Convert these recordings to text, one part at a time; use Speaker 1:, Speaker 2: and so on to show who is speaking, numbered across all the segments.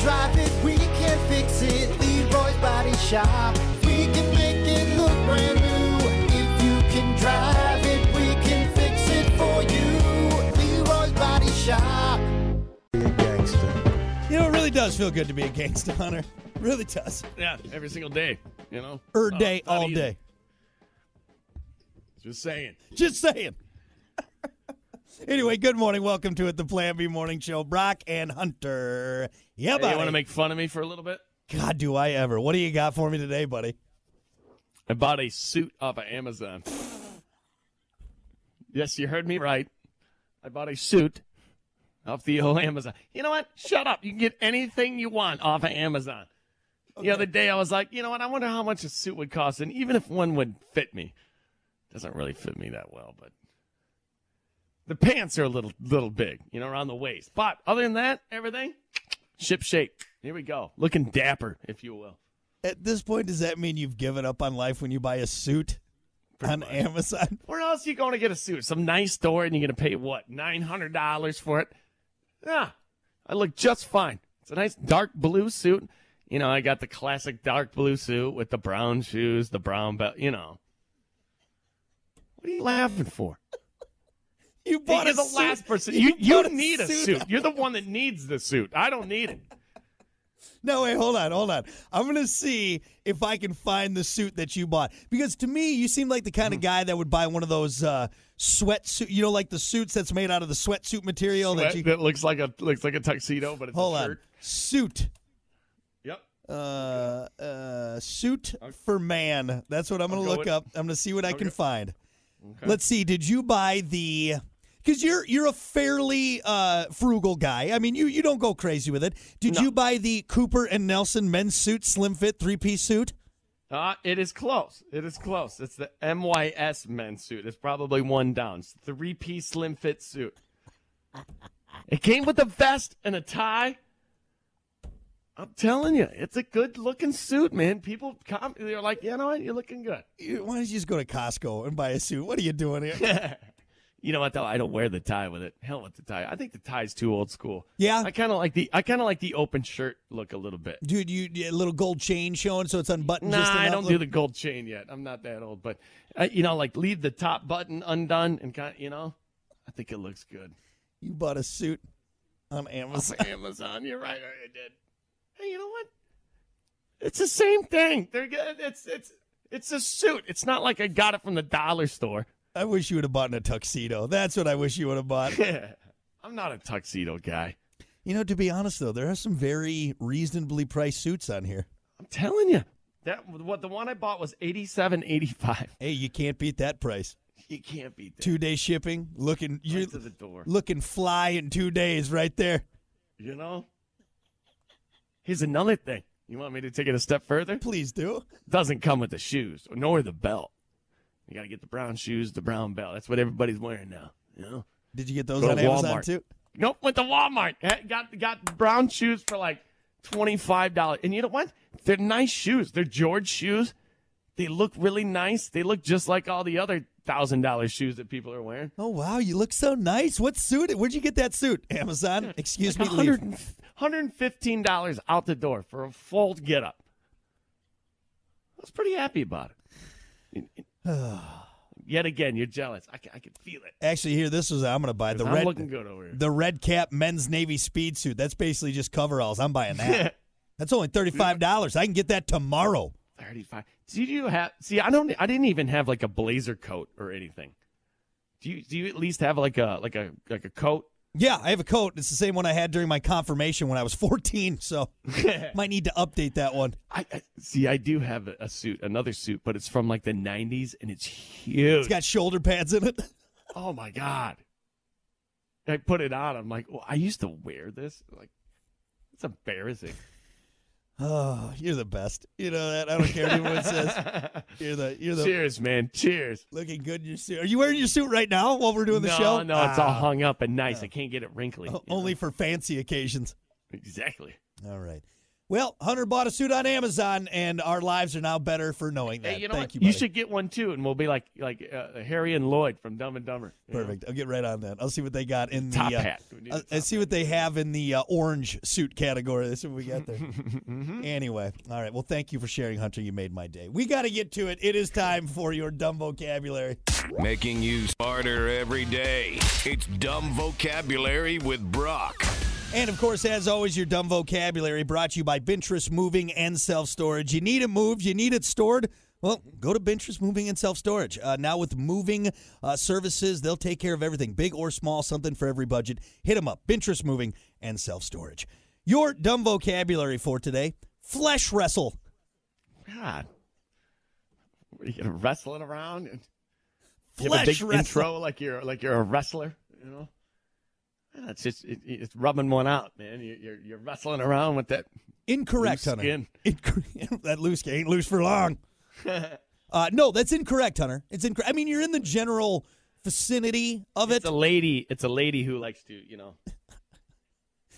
Speaker 1: drive it, we can fix it. Leroy's Body Shop. We can make it look brand new. If you can drive it, we can fix it for you. Leroy's Body Shop.
Speaker 2: You know, it really does feel good to be a gangster hunter. Really does.
Speaker 3: Yeah, every single day, you know?
Speaker 2: Er
Speaker 3: Not-
Speaker 2: day,
Speaker 3: Oh, not
Speaker 2: all
Speaker 3: easy.
Speaker 2: day.
Speaker 3: Just saying.
Speaker 2: Just saying. anyway, good morning. Welcome to it, the Plan B Morning Show. Brock and Hunter. Yeah,
Speaker 3: Hey,
Speaker 2: buddy.
Speaker 3: you want to make fun of me for a little bit?
Speaker 2: God, do I ever. What do you got for me today, buddy?
Speaker 3: I bought a suit off of Amazon. yes, you heard me right. I bought a suit off the old Amazon. You know what? Shut up. You can get anything you want off of Amazon. The other day, I was like, you know what? I wonder how much a suit would cost, and even if one would fit me, doesn't really fit me that well. But the pants are a little, little big, you know, around the waist. But other than that, everything ship shape. Here we go, looking dapper, if you will.
Speaker 2: At this point, does that mean you've given up on life when you buy a suit on Amazon?
Speaker 3: Where else you going to get a suit? Some nice store, and you're going to pay what nine hundred dollars for it? Yeah, I look just fine. It's a nice dark blue suit. You know, I got the classic dark blue suit with the brown shoes, the brown belt. You know, what are you laughing for?
Speaker 2: You bought
Speaker 3: you're
Speaker 2: a
Speaker 3: the
Speaker 2: suit.
Speaker 3: last person. You you,
Speaker 2: bought
Speaker 3: need a suit. You're the one that needs the suit. I don't need it.
Speaker 2: No, wait, hold on, hold on. I'm gonna see if I can find the suit that you bought because to me, you seem like the kind of guy that would buy one of those uh, sweatsuit. You know, like the suits that's made out of the sweatsuit material that
Speaker 3: That,
Speaker 2: you.
Speaker 3: that looks like a looks like a tuxedo, but it's
Speaker 2: hold
Speaker 3: a
Speaker 2: on,
Speaker 3: shirt.
Speaker 2: suit.
Speaker 3: Yep.
Speaker 2: Uh, uh, suit for man. That's what I'm gonna
Speaker 3: go
Speaker 2: look
Speaker 3: with-
Speaker 2: up. I'm gonna see what I can find. Let's see. Did you buy the? Because you're you're a fairly uh, frugal guy. I mean, you you don't go crazy with it. Did you buy the Cooper and Nelson men's suit, slim fit, three piece suit?
Speaker 3: Uh, it is close. It is close. It's the MYS men's suit. It's probably one down. It's a three piece slim fit suit. It came with a vest and a tie. I'm telling you, it's a good looking suit, man. People come, they're like, you know what? You're looking good.
Speaker 2: You- Why don't you just go to Costco and buy a suit? What are you doing here?
Speaker 3: You know what though? I don't wear the tie with it. Hell with the tie. I think the tie's too old school.
Speaker 2: Yeah.
Speaker 3: I kind of like the I kind of like the open shirt look a little bit.
Speaker 2: Dude, you you- a little gold chain showing, so it's unbuttoned.
Speaker 3: Nah,
Speaker 2: just
Speaker 3: I
Speaker 2: enough.
Speaker 3: don't do the gold chain yet. I'm not that old, but uh, you know, like leave the top button undone and kind, you know, I think it looks good.
Speaker 2: You bought a suit on Amazon.
Speaker 3: Amazon, you're right, I did. Hey, you know what? It's the same thing. They're g- it's it's it's a suit. It's not like I got it from the dollar store.
Speaker 2: I wish you would have bought in a tuxedo. That's what I wish you would have bought.
Speaker 3: I'm not a tuxedo guy.
Speaker 2: you know, to be honest though, there are some very reasonably priced suits on here.
Speaker 3: I'm telling you. That what the one I bought was 87.85.
Speaker 2: Hey, you can't beat that price.
Speaker 3: You can't beat that.
Speaker 2: Two day shipping, looking
Speaker 3: Right
Speaker 2: you're
Speaker 3: to the door.
Speaker 2: looking fly in two days, right there.
Speaker 3: You know? Here's another thing. You want me to take it a step further?
Speaker 2: Please do.
Speaker 3: Doesn't come with the shoes, nor the belt. You gotta get the brown shoes, the brown belt. That's what everybody's wearing now. You know?
Speaker 2: Did you get those
Speaker 3: Go
Speaker 2: on
Speaker 3: to
Speaker 2: Amazon
Speaker 3: Walmart.
Speaker 2: too?
Speaker 3: Nope, went to Walmart. Eh, Got got brown shoes for like twenty five dollars. And you know what? They're nice shoes. They're George shoes. They look really nice. They look just like all the other thousand dollar shoes that people are wearing.
Speaker 2: Oh wow, you look so nice. What suit? Where'd you get that suit? Amazon. Excuse me, leave.
Speaker 3: 100, $115 out the door for a full get up. I was pretty happy about it. Yet again, you're jealous. I can, I can feel it.
Speaker 2: Actually, here this is I'm gonna buy the
Speaker 3: I'm
Speaker 2: red
Speaker 3: looking good over here.
Speaker 2: the red cap men's navy speed suit. That's basically just coveralls. I'm buying that. That's only thirty five dollars. I can get that tomorrow.
Speaker 3: 35. Do you have See, I don't I didn't even have like a blazer coat or anything. Do you do you at least have like a like a like a coat?
Speaker 2: Yeah, I have a coat. It's the same one I had during my confirmation when I was fourteen. So might need to update that one.
Speaker 3: I, I see I do have a, a suit, another suit, but it's from like the 90s and it's huge.
Speaker 2: It's got shoulder pads in it.
Speaker 3: oh my god i put it on i'm like well, i used to wear this like it's embarrassing
Speaker 2: Oh, you're the best. You know that. I don't care what anyone says. You're the you're the
Speaker 3: cheers man cheers
Speaker 2: looking good in your suit. Are you wearing your suit right now while we're doing the
Speaker 3: no,
Speaker 2: show?
Speaker 3: no, it's all
Speaker 2: Ah,
Speaker 3: hung up and nice. I can't get it wrinkly. you know?
Speaker 2: only for fancy occasions.
Speaker 3: exactly.
Speaker 2: All right. Well, Hunter bought a suit on Amazon, and our lives are now better for knowing that.
Speaker 3: Hey, you know
Speaker 2: Thank
Speaker 3: what?
Speaker 2: you. buddy.
Speaker 3: should get one too, and we'll be like like uh, Harry and Lloyd from Dumb and Dumber. You know,
Speaker 2: Perfect. I'll get right on that. I'll see what they got in the
Speaker 3: Top
Speaker 2: uh,
Speaker 3: hat. We need a
Speaker 2: I'll-
Speaker 3: top
Speaker 2: I'll see what they have in the uh, orange suit category. That's what we got there.
Speaker 3: Mm-hmm.
Speaker 2: Anyway, all right. Well, thank you for sharing, Hunter. You made my day. We got to get to it. It is time for your dumb vocabulary.
Speaker 4: Making you smarter every day. It's Dumb Vocabulary with Brock.
Speaker 2: And of course, as always, your dumb vocabulary brought to you by Bintress Moving and Self Storage. You need it moved, you need it stored. Well, go to Bintress Moving and Self Storage. Uh, now, with moving uh, services, they'll take care of everything, big or small, something for every budget. Hit them up, Bintress Moving and Self Storage. Your dumb vocabulary for today flesh wrestle.
Speaker 3: God, are you gonna wrestle it around? And give a
Speaker 2: Flesh
Speaker 3: big
Speaker 2: wrestle.
Speaker 3: intro like you're like you're a wrestler. You know, Yeah, it's just it, it's rubbing one out, man. You, you're you're wrestling around with that.
Speaker 2: Incorrect,
Speaker 3: Loose
Speaker 2: Hunter.
Speaker 3: skin.
Speaker 2: Incor- that loose skin ain't loose for long. uh, no, that's incorrect, Hunter. It's incorrect. I mean, you're in the general vicinity of it.
Speaker 3: It's a lady. It's a lady who likes to you know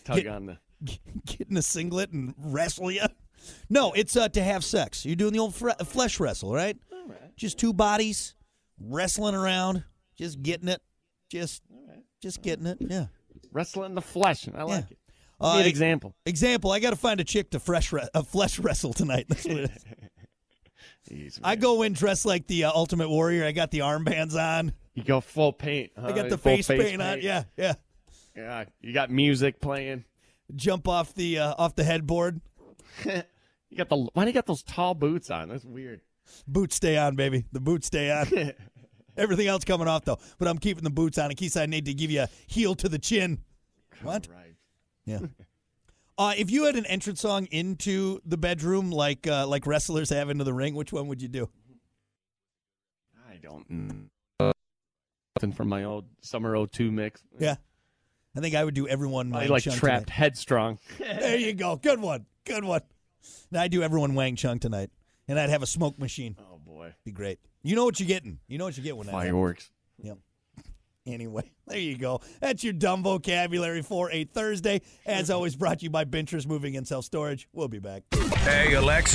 Speaker 3: tug
Speaker 2: Get-
Speaker 3: on the.
Speaker 2: get in a singlet and wrestle you. No, it's uh, to have sex. You're doing the old fre- flesh wrestle, right?
Speaker 3: All right.
Speaker 2: Just two bodies wrestling around, just getting it, just
Speaker 3: right.
Speaker 2: just getting it. Yeah.
Speaker 3: Wrestling the flesh. I like it.
Speaker 2: Uh,
Speaker 3: Good
Speaker 2: e-
Speaker 3: example.
Speaker 2: example, I got to find a chick to fresh re- uh, flesh wrestle tonight. That's what it is.
Speaker 3: Jeez,
Speaker 2: I
Speaker 3: man.
Speaker 2: go in dressed like the uh, Ultimate Warrior. I got the armbands on.
Speaker 3: You go full paint. Huh?
Speaker 2: I got the
Speaker 3: Full
Speaker 2: face, paint, on. Yeah, yeah.
Speaker 3: Yeah, you got music playing.
Speaker 2: Jump off the uh, off the headboard.
Speaker 3: You got the why do you got those tall boots on? That's weird.
Speaker 2: Boots stay on, baby. The boots stay on. Everything else coming off though, but I'm keeping the boots on in case I need to give you a heel to the chin. What?
Speaker 3: Right.
Speaker 2: Yeah. Uh, if you had an entrance song into the bedroom, like uh, like wrestlers have into the ring, which one would you do?
Speaker 3: I don't. know. Something from my old summer '02 mix.
Speaker 2: Yeah, I think I would do everyone.
Speaker 3: I
Speaker 2: Wang
Speaker 3: like
Speaker 2: Chung
Speaker 3: trapped headstrong.
Speaker 2: Tonight. There you go, good one, good one. Now I do everyone Wang Chung tonight, and I'd have a smoke machine.
Speaker 3: Oh boy,
Speaker 2: Be great. You know what you're getting. You know what you get when I.
Speaker 3: fireworks.
Speaker 2: Anyway, there you go. That's your dumb vocabulary for a Thursday. As always, brought to you by Benchers Moving and Self Storage. We'll be back.
Speaker 4: Hey, Alexa.